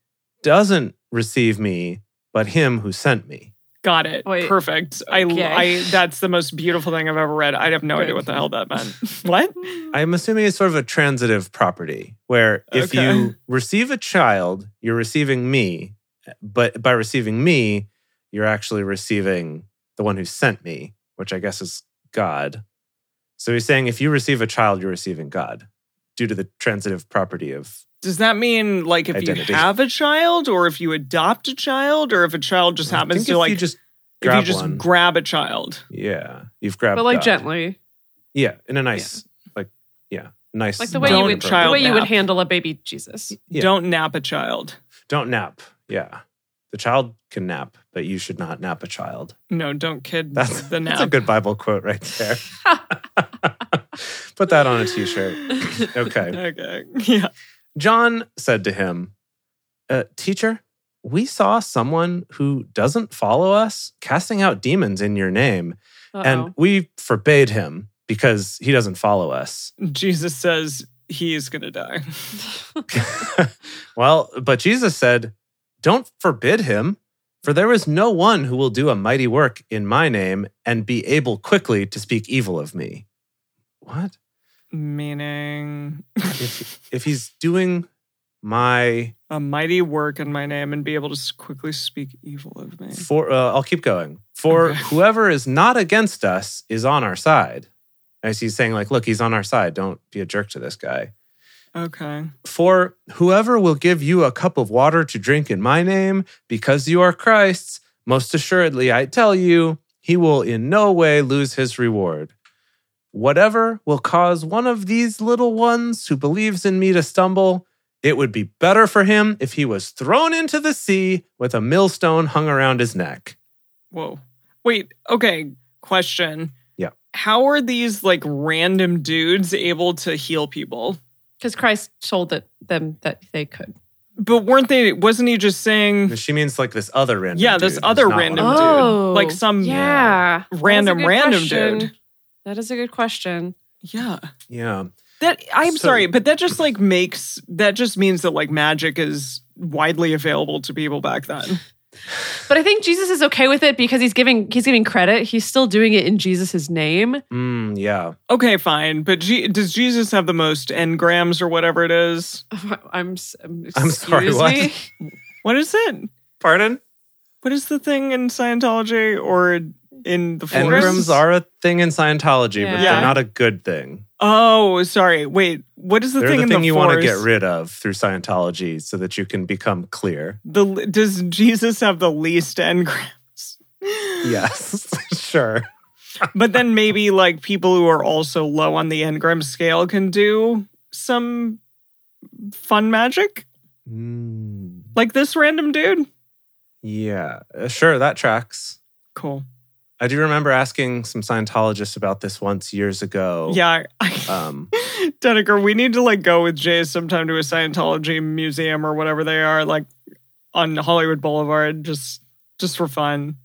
S3: doesn't receive me, but him who sent me.
S2: Got it.
S1: Wait.
S2: Perfect. I,
S1: Okay.
S2: I that's the most beautiful thing I've ever read. I have no idea what the hell that meant. what?
S3: I'm assuming it's sort of a transitive property where if
S2: Okay.
S3: you receive a child, you're receiving me, but by receiving me, you're actually receiving the one who sent me, which I guess is God. So he's saying if you receive a child, you're receiving God due to the transitive property of
S2: Does that mean like if
S3: Identity.
S2: you have a child or if you adopt a child or if a child just
S3: I
S2: happens
S3: think
S2: to
S3: if
S2: like
S3: you just
S2: if
S3: grab
S2: you just
S3: one.
S2: grab a child?
S3: yeah, you've grabbed
S1: But like
S3: God.
S1: gently.
S3: Yeah, in a nice like yeah, nice
S1: Like the way you
S2: Don't
S1: would
S3: child
S1: the way you would
S2: nap.
S1: handle a baby Jesus.
S3: Yeah.
S2: Don't nap a child.
S3: Don't nap. Yeah. The child can nap, but you should not nap a child.
S2: No, don't kid
S3: That's,
S2: the nap.
S3: that's a good Bible quote right there. Put that on a t shirt. Okay.
S2: Okay. Yeah.
S3: John said to him, uh, Teacher, we saw someone who doesn't follow us casting out demons in your name,
S1: Uh-oh.
S3: and we forbade him because he doesn't follow us.
S2: Jesus says he is gonna die.
S3: well, but Jesus said, Don't forbid him, for there is no one who will do a mighty work in my name and be able quickly to speak evil of me. What?
S2: meaning
S3: if, if he's doing my
S2: a mighty work in my name and be able to s- quickly speak evil of me.
S3: for uh, i'll keep going for
S2: Okay.
S3: whoever is not against us is on our side as he's saying like look he's on our side don't be a jerk to this guy
S2: Okay.
S3: for whoever will give you a cup of water to drink in my name because you are christ's most assuredly i tell you he will in no way lose his reward whatever will cause one of these little ones who believes in me to stumble it would be better for him if he was thrown into the sea with a millstone hung around his neck
S2: Whoa. Wait, okay. Question.
S3: Yeah.
S2: How are these like random dudes able to heal people?
S1: Because Christ told that, them that they could.
S2: But weren't they wasn't he just saying
S3: She means like this other random.
S2: Yeah,
S3: dude
S2: this
S3: who's
S2: other
S3: not one
S2: random
S3: of
S2: dude.
S3: them.
S2: Like some-
S1: Oh, yeah.
S2: random
S1: That's a good
S2: random
S1: question.
S2: dude?
S1: That is a good question.
S2: Yeah.
S3: Yeah,
S2: That I'm
S3: So-
S2: sorry, but that just like makes that just means that like magic is widely available to people back then.
S1: But I think Jesus is okay with it because he's giving he's giving credit. He's still doing it in Jesus' name.
S3: mm, yeah.
S2: Okay, fine. But Je- does Jesus have the most engrams or whatever it is?
S1: I'm s- um,
S3: I'm sorry,
S1: excuse
S3: what?
S1: me?
S2: What is it?
S3: Pardon?
S2: What is the thing in Scientology or in the forest?
S3: Engrams are a thing in Scientology, but
S1: Yeah.
S3: they're not a good thing.
S2: Oh, sorry. Wait, what is the
S3: they're
S2: thing
S3: the
S2: in
S3: thing
S2: the
S3: you
S2: forest?
S3: want to get rid of through Scientology, so that you can become clear.
S2: The does Jesus have the least engrams?
S3: Yes, sure.
S2: but then maybe like people who are also low on the engram scale can do some fun magic,
S3: Mm,
S2: like this random dude.
S3: yeah, Uh, sure. That tracks.
S2: Cool.
S3: I do remember asking some Scientologists about this once years ago.
S2: Yeah. I-
S3: Um,
S2: Dedeker, we need to like go with Jay sometime to a Scientology museum or whatever they are, like on Hollywood Boulevard, just just for fun.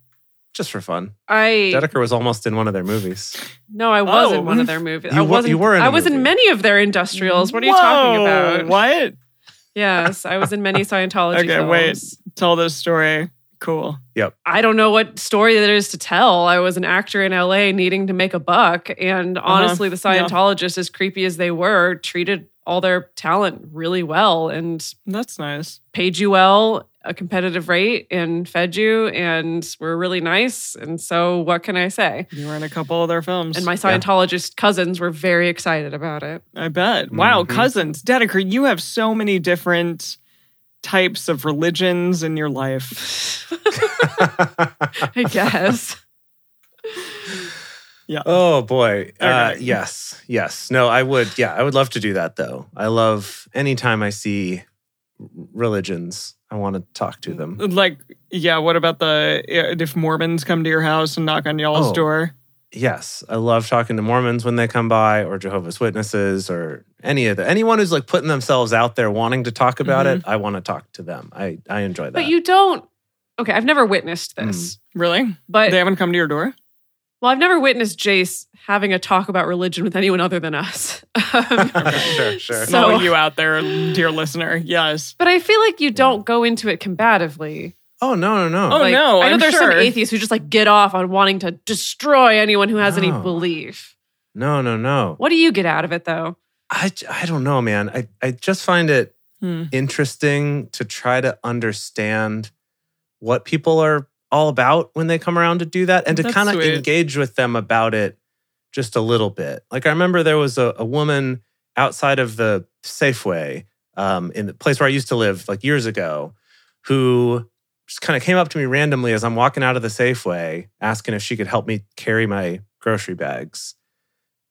S3: just for fun.
S1: I
S3: Dedeker was almost in one of their movies.
S1: no, I was
S2: Oh.
S1: in one of their movies.
S3: You
S1: I
S3: were-
S1: wasn't.
S3: you were in a
S1: I was
S3: movie.
S1: in many of their industrials. What are you
S2: Whoa,
S1: talking about?
S2: What?
S1: Yes, I was in many Scientology.
S2: Okay,
S1: films.
S2: wait. Tell this story. Cool.
S1: I don't know what story there is to tell. I was an actor in LA needing to make a buck. And honestly, the
S2: Yeah.
S1: Scientologists, as creepy as they were, treated all their talent really well and
S2: That's nice.
S1: paid you well, a competitive rate, and fed you and were really nice. And so, what can I say?
S2: You were in a couple of their films.
S1: And my Scientologist cousins were very excited about it.
S2: I bet. Wow,
S3: Mhm.
S2: cousins. Dedeker, you have so many different types of religions in your life.
S1: I guess.
S3: Oh boy. Uh,
S2: Okay.
S3: yes. Yes. No, I would. Yeah, I would love to do that though. I love anytime I see religions, I want to talk to them.
S2: Like, yeah, what about the if Mormons come to your house and knock on y'all's
S3: Oh.
S2: door?
S3: Yes. I love talking to Mormons when they come by or Jehovah's Witnesses or any of the anyone who's like putting themselves out there wanting to talk about it, I want to talk to them. I I enjoy that.
S1: Mm-hmm. But you don't. Okay, I've never witnessed this,
S2: Really?
S1: but
S2: they haven't come to your door?
S1: Well, I've never witnessed Jace having a talk about religion with anyone other than us. Um,
S3: sure, sure.
S1: So-
S2: So you out there, dear listener. Yes.
S1: but I feel like you don't go into it combatively.
S3: oh no, no, no.
S2: Oh,
S1: Like,
S2: no,
S1: I know
S2: I'm
S1: there's some
S2: sure.
S1: atheists who just like get off on wanting to destroy anyone who has any
S3: No.
S1: belief.
S3: No, no, no.
S1: What do you get out of it though?
S3: I I don't know, man. I I just find it
S2: Hmm.
S3: interesting to try to understand what people are all about when they come around to do that and to
S2: That's
S3: kind of
S2: sweet.
S3: engage with them about it just a little bit. Like I remember there was a, a woman outside of the Safeway um, in the place where I used to live like years ago who just kind of came up to me randomly as I'm walking out of the Safeway asking if she could help me carry my grocery bags.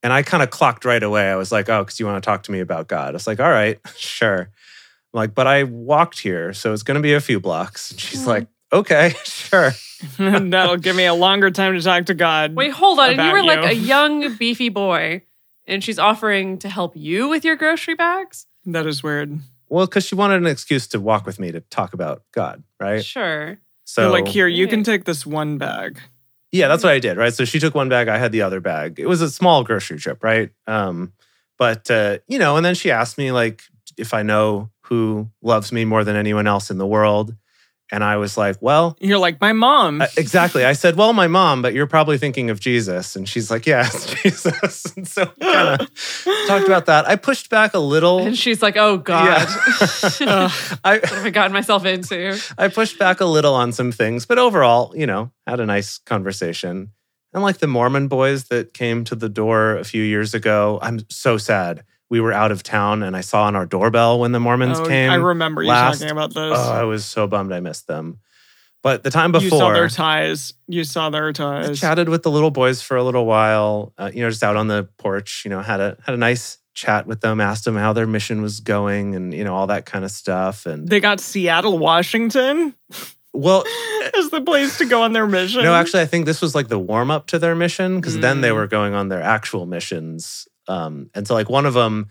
S3: And I kind of clocked right away. I was like, oh, because you want to talk to me about God. I was like, all right, sure. I'm like, but I walked here, so it's going to be a few blocks. And
S2: Mm-hmm.
S3: she's
S1: Mhm.
S3: like, okay, sure.
S2: That'll give me a longer time to talk to God.
S1: Wait, hold on. You
S2: About
S1: were like
S2: you.
S1: a young beefy boy and she's offering to help you with your grocery bags?
S2: That is weird.
S3: Well, because she wanted an excuse to walk with me to talk about God, right?
S1: Sure.
S3: So,
S2: You're like, here, you can take this one bag.
S3: yeah, that's what I did, right? So she took one bag, I had the other bag. It was a small grocery trip, right? Um, but uh, you know, and then she asked me like if I know who loves me more than anyone else in the world, And I was like, well,
S2: You're like, my mom.
S3: uh, exactly. I said, well, my mom, but you're probably thinking of Jesus. And she's like, yeah, it's Jesus. And so kind of talked about that. I pushed back a little.
S1: And she's like, oh God,
S3: Yeah. I,
S1: what have I gotten myself into?
S3: I pushed back a little on some things, but overall, you know, had a nice conversation. And like the Mormon boys that came to the door a few years ago, I'm so sad. We were out of town and I saw on our doorbell when the Mormons
S2: Oh,
S3: came.
S2: I remember you
S3: last-
S2: talking about this.
S3: Oh, I was so bummed I missed them. But the time
S2: you saw
S3: before,
S2: their ties. You saw their
S3: I
S2: ties.
S3: chatted with the little boys for a little while. Uh, you know, just out on the porch. You know, had a had a nice chat with them. Asked them how their mission was going, and you know all that kind of stuff. And
S2: They got Seattle, Washington
S3: well,
S2: as the place to go on their mission.
S3: No, actually, I think this was like the warm up to their mission because then they
S2: Mm.
S3: were going on their actual missions. Um, and so, like, one of them,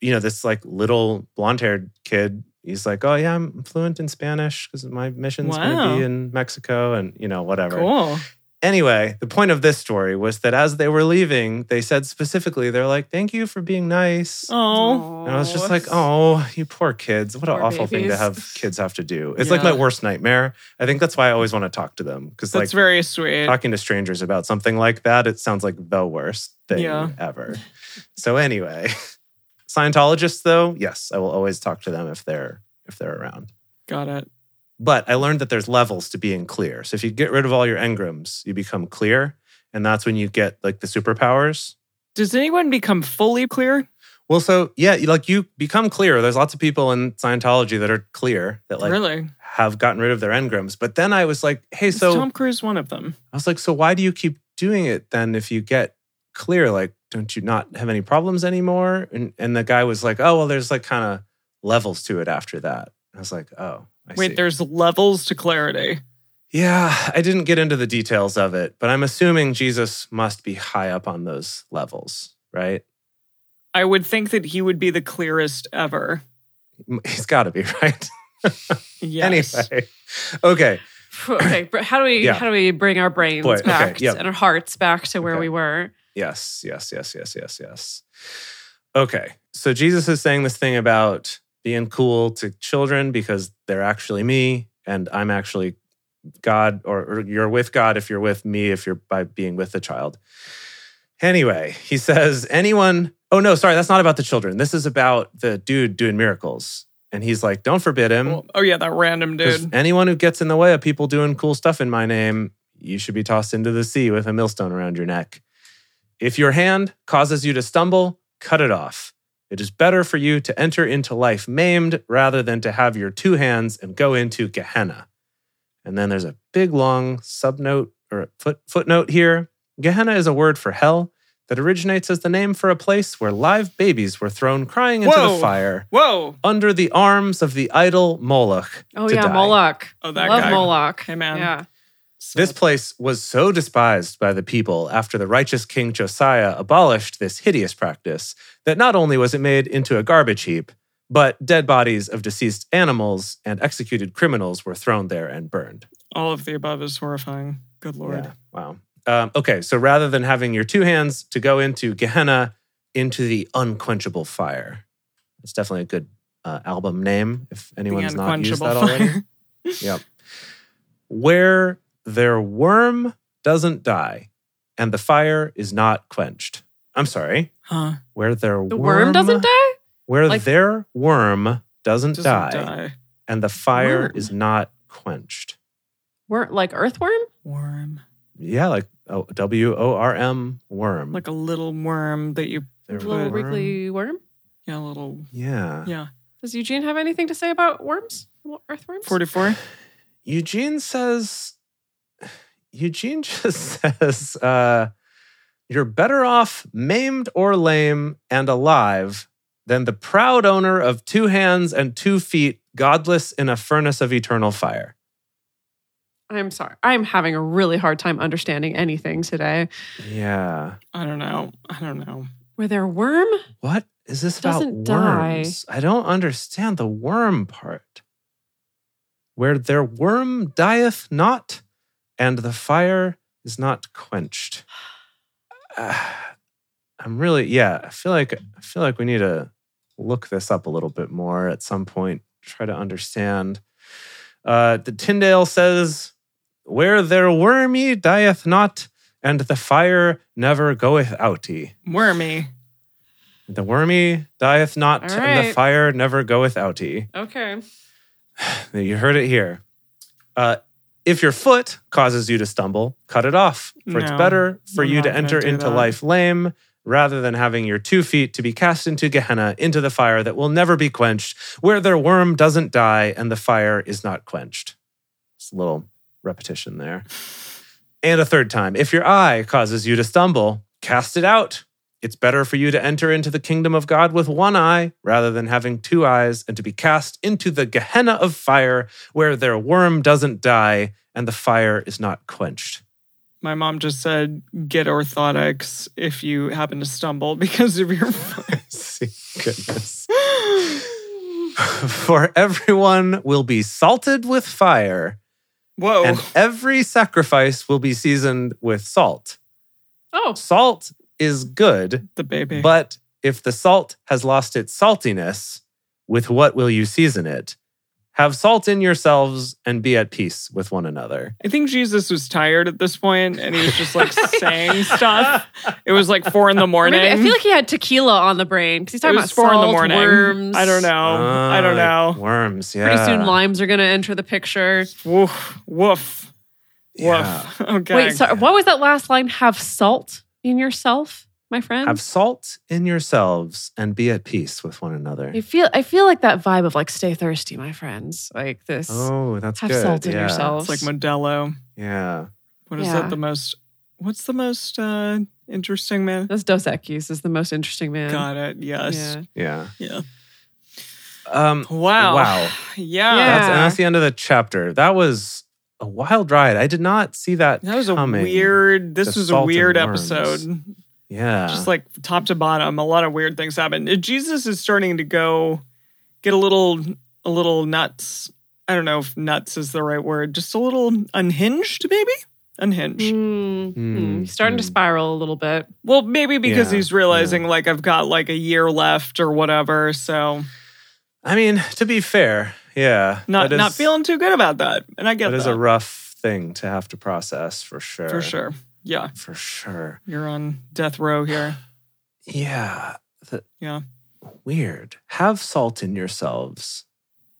S3: you know, this like little blonde haired kid, he's like, Oh, yeah, I'm fluent in Spanish because my mission's going to
S2: Wow.
S3: be in Mexico and, you know, whatever.
S2: cool.
S3: Anyway, the point of this story was that as they were leaving, they said specifically, They're like, Thank you for being nice.
S2: Oh,
S3: And I was just like, oh, you poor kids. What an
S1: Poor
S3: awful thing to
S1: babies.
S3: have kids have to do. It's like
S2: Yeah.
S3: my worst nightmare. I think that's why I always want to talk to them because, like,
S2: that's very sweet.
S3: talking to strangers about something like that, it sounds like the worst thing
S2: Yeah.
S3: ever. So anyway, Scientologists though, yes, I will always talk to them if they're if they're around.
S2: got it.
S3: But I learned that there's levels to being clear. So if you get rid of all your engrams, you become clear, and that's when you get like the superpowers.
S2: Does anyone become fully clear?
S3: Well, so yeah, you- like you become clear. There's lots of people in Scientology that are clear that like
S2: really?
S3: have gotten rid of their engrams. But then I was like, hey,
S2: Is
S3: so
S2: Tom Cruise one of them?
S3: I was like, so why do you keep doing it then if you get clear? Like, don't you not have any problems anymore? And and the guy was like, oh, well, there's like kind of levels to it after that. I was like, oh, I
S2: Wait,
S3: see.
S2: there's levels to clarity.
S3: Yeah, I didn't get into the details of it, but I'm assuming Jesus must be high up on those levels, right?
S2: I would think that he would be the clearest ever.
S3: He's got to be, right?
S2: Yes.
S3: anyway, okay.
S1: okay, br- how do we
S3: Yeah.
S1: how do we bring our brains
S3: Boy, okay,
S1: back
S3: yeah.
S1: and our hearts back to where
S3: Okay.
S1: we were?
S3: Yes, yes, yes, yes, yes, yes. Okay. So Jesus is saying this thing about being cool to children because they're actually me and I'm actually God, or, or you're with God if you're with me, if you're by being with the child. Anyway, he says, anyone, oh no, sorry, that's not about the children. This is about the dude doing miracles. And he's like, don't forbid him.
S2: Well, oh yeah, that random
S3: 'Cause
S2: dude.
S3: Anyone who gets in the way of people doing cool stuff in my name, you should be tossed into the sea with a millstone around your neck. If your hand causes you to stumble, cut it off. It is better for you to enter into life maimed rather than to have your two hands and go into Gehenna. And then there's a big long subnote or foot, footnote here. Gehenna is a word for hell that originates as the name for a place where live babies were thrown crying into
S2: Whoa.
S3: the fire
S2: Whoa.
S3: under the arms of the idol Moloch.
S1: Oh
S3: to
S1: yeah,
S3: die.
S1: Moloch.
S2: Oh, that
S1: Love
S2: guy.
S1: Moloch.
S2: Hey, man.
S1: Yeah.
S3: This place was so despised by the people after the righteous king Josiah abolished this hideous practice that not only was it made into a garbage heap, but dead bodies of deceased animals and executed criminals were thrown there and burned.
S2: All of the above is horrifying. Good lord.
S3: Yeah, Wow. Um, okay, so rather than having your two hands to go into Gehenna, into the unquenchable fire. It's definitely a good uh, album name if
S2: The
S3: anyone's not used
S2: unquenchable
S3: that already.
S2: fire.
S3: where their worm doesn't die and the fire is not quenched. I'm sorry,
S2: Huh.
S3: where their
S1: The worm, doesn't die?
S3: Where
S1: Like-
S3: their worm doesn't,
S2: Doesn't
S3: die,
S2: die.
S3: and the fire
S1: Worm.
S3: is not quenched.
S1: We're like earthworm?
S2: Worm.
S3: Yeah, like oh, W O R M worm.
S2: Like a little worm that you
S3: Their
S1: Little
S3: worm.
S1: wriggly worm?
S2: yeah, a little
S3: Yeah.
S2: yeah.
S1: Does Eugene have anything to say about worms? Earthworms?
S2: Forty four.
S3: Eugene says Eugene just says uh, you're better off maimed or lame and alive than the proud owner of two hands and two feet, godless in a furnace of eternal fire.
S1: I'm sorry. I'm having a really hard time understanding anything today.
S3: Yeah.
S2: I don't know. I don't know.
S1: Where their worm?
S3: What is this about
S1: Doesn't die.
S3: worms? I don't understand the worm part. Where their worm dieth not, and the fire is not quenched. Ah, I'm really, yeah. I feel like I feel like we need to look this up a little bit more at some point. Try to understand. Uh, the Tyndale says, Where their wormy dieth not, and the fire never goeth outy.
S2: Wormy.
S3: The wormy dieth not,
S1: All
S3: and the
S1: right.
S3: fire never goeth outy.
S1: Okay.
S3: You heard it here. Uh, if your foot causes you to stumble, cut it off, for it's
S2: No,
S3: better for
S2: I'm
S3: you
S2: not
S3: to
S2: gonna
S3: enter
S2: do
S3: into
S2: that.
S3: life lame rather than having your two feet to be cast into Gehenna, into the fire that will never be quenched, where their worm doesn't die and the fire is not quenched. It's a little repetition there. And a third time, if your eye causes you to stumble, cast it out. It's better for you to enter into the kingdom of God with one eye rather than having two eyes and to be cast into the Gehenna of fire where their worm doesn't die and the fire is not quenched.
S2: My mom just said, get orthotics if you happen to stumble because of your.
S3: Goodness. For everyone will be salted with fire,
S2: Whoa.
S3: and every sacrifice will be seasoned with salt.
S1: Oh,
S3: Salt is good,
S2: the baby.
S3: But if the salt has lost its saltiness, with what will you season it? Have salt in yourselves and be at peace with one another.
S2: I think Jesus was tired at this point and he was just like saying stuff. It was like four in the morning.
S1: maybe, I feel like he had tequila on the brain because he's
S2: it
S1: talking
S2: was
S1: about
S2: four
S1: salt,
S2: in the morning.
S1: worms.
S2: I don't know. Oh, I don't
S3: Ah, like
S2: know.
S3: Worms, yeah.
S1: Pretty soon limes are going to enter the picture.
S2: Woof. Woof.
S3: Yeah.
S2: Woof. Okay.
S1: Wait, sorry, what was that last line? Have salt in yourself, my friend.
S3: Have salt in yourselves and be at peace with one another.
S1: I feel I feel like that vibe of like stay thirsty, my friends. Like this.
S3: Oh, that's
S1: Have
S3: good.
S1: salt in
S3: yeah.
S1: yourselves.
S2: It's like Modelo.
S3: Yeah.
S2: What is
S1: Yeah.
S2: that? The most. What's the most uh, interesting man?
S1: This Dos Equis is the most interesting man.
S2: Got it. Yes.
S1: Yeah.
S3: Yeah.
S2: Yeah.
S3: Um,
S2: Wow.
S3: Wow.
S2: Yeah.
S1: Yeah.
S3: That's, and that's the end of the chapter. That was a wild ride. I did not see that.
S2: That was a
S3: coming.
S2: weird. This
S3: The
S2: was a
S3: salt and
S2: weird
S3: worms.
S2: episode.
S3: Yeah.
S2: Just like top to bottom, a lot of weird things happen. Uh, Jesus is starting to go get a little a little nuts. I don't know if nuts is the right word. Just a little unhinged, maybe? Unhinged.
S1: Mm, mm. He's starting to
S3: mm.
S1: spiral a little bit.
S2: Well, maybe because
S3: Yeah,
S2: he's realizing like I've got like a year left or whatever. So
S3: I mean, to be fair, yeah,
S2: not
S3: that is-
S2: not feeling too good about that. And I get
S3: That
S2: that,
S3: is a rough thing to have to process for sure.
S2: for sure. Yeah.
S3: For sure.
S2: You're on death row here.
S3: Yeah. The-
S2: Yeah.
S3: Weird. Have salt in yourselves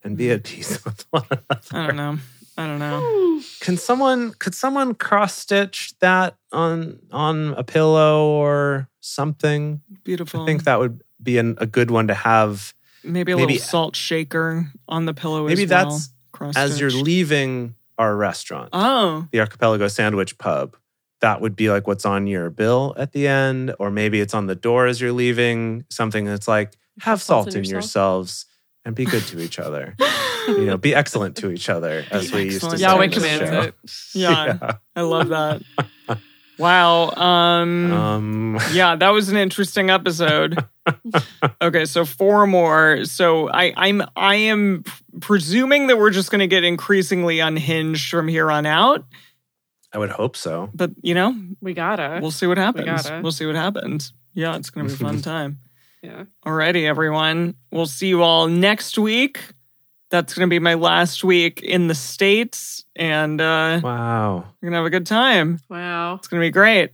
S3: and
S2: Mm-hmm.
S3: be at peace with one
S2: I
S3: another.
S2: don't know. I don't know.
S3: Can someone could someone cross stitch that on on a pillow or something?
S2: Beautiful.
S3: I think that would be an, a good one to have
S2: Maybe a
S3: Maybe-
S2: little salt shaker on the pillow.
S3: Maybe
S2: as well,
S3: that's
S2: Cross
S3: as you're
S2: stitched.
S3: leaving our restaurant.
S2: oh
S3: the archipelago sandwich pub that would be like what's on your bill at the end or maybe it's on the door as you're leaving something that's like have salt in
S1: yourself.
S3: yourselves and be good to each other you know be excellent to each other as we used to
S2: excellent.
S3: say
S1: Yahweh
S3: in this
S1: commands
S3: show.
S1: it.
S2: yeah, I love that. wow. Um,
S3: um
S2: yeah, that was an interesting episode. okay, so four more. So I, I'm I am presuming that we're just going to get increasingly unhinged from here on out.
S3: i would hope so
S2: But you know,
S1: We gotta.
S2: we'll see what happens.
S1: gotta.
S2: We'll see what happens. Yeah, it's going to be a fun time.
S1: yeah.
S2: Alrighty, everyone. We'll see you all next week. That's going to be my last week in the States, and uh,
S3: wow
S2: we're going to have a good time.
S1: Wow.
S2: It's going to be great.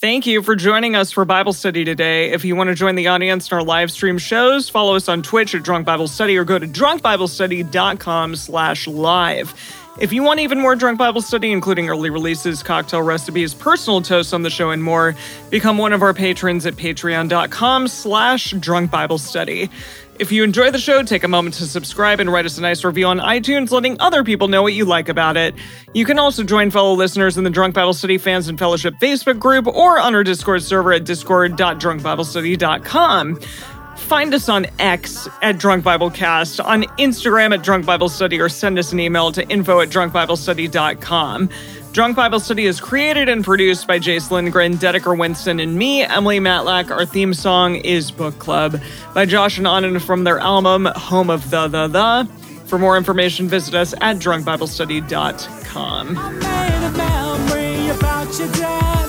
S2: Thank you for joining us for Bible study today. If you want to join the audience in our live stream shows, follow us on Twitch at Drunk Bible Study or go to drunkbiblestudy.com slash live. If you want even more Drunk Bible Study, including early releases, cocktail recipes, personal toasts on the show, and more, become one of our patrons at patreon.com slash drunk Bible study. If you enjoy the show, take a moment to subscribe and write us a nice review on iTunes, letting other people know what you like about it. You can also join fellow listeners in the Drunk Bible Study Fans and Fellowship Facebook group or on our Discord server at discord.drunkbiblestudy.com. Find us on X at Drunk Bible Cast, on Instagram at Drunk Bible Study, or send us an email to info at drunkbiblestudy.com. Drunk Bible Study is created and produced by Jace Lindgren, Dedeker Winston, and me, Emily Matlack. Our theme song is Book Club by Josh and Anand from their album Home of the The The. For more information, visit us at drunkbiblestudy.com.
S4: I made a memory about your dad.